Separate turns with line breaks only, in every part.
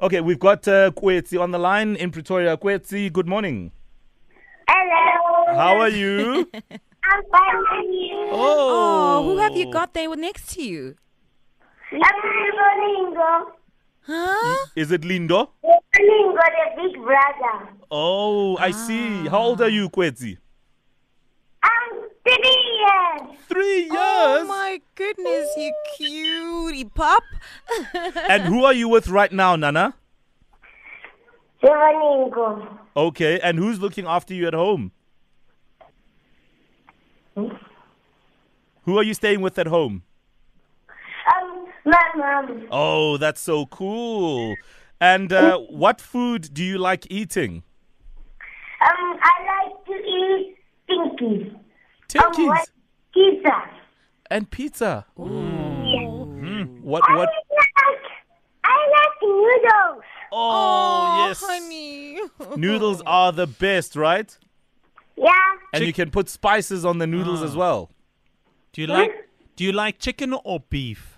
Okay, we've got uh, Kwetsi on the line in Pretoria. Kwetsi, good morning.
Hello.
How are you?
I'm fine and you.
Oh,
Oh, who have you got there next to you?
I'm Lingo.
Huh?
Is it Lindo?
Lingo, the big brother.
Oh,
Ah.
I see. How old are you, Kwetsi?
I'm three years.
Three years.
Oh my goodness, you cutie pup.
Oh, and who are you with right now, Nana?
Lingo.
Okay, and who's looking after you at home? Who are you staying with at home?
Um, my mom.
Oh, that's so cool. And uh, what food do you like eating?
Um, I like to eat stinky. Um,
Turkeys
what? Pizza.
and pizza. Hmm. What
I
what?
like, I like noodles.
Oh,
Aw,
yes.
honey.
Noodles are the best, right?
Yeah.
And you can put spices on the noodles as well.
Do you like do you like chicken or beef?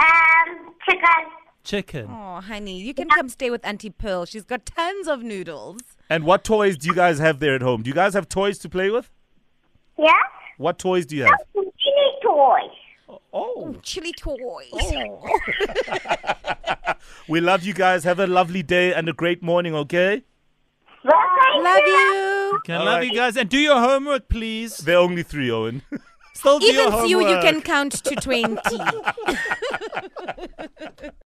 Um, chicken.
Chicken.
Oh, honey, you can come stay with Auntie Pearl. She's got tons of noodles.
And what toys do you guys have there at home? Do you guys have toys to play with?
Yeah.
What toys do you have?
Chili toys.
Oh,
Chili toys.
we love you guys. Have a lovely day and a great morning, okay?
Love you.
Okay, I
All
love
right.
you guys and do your homework, please.
They're only three, Owen.
Still do your
Even you, you
homework.
can count to 20.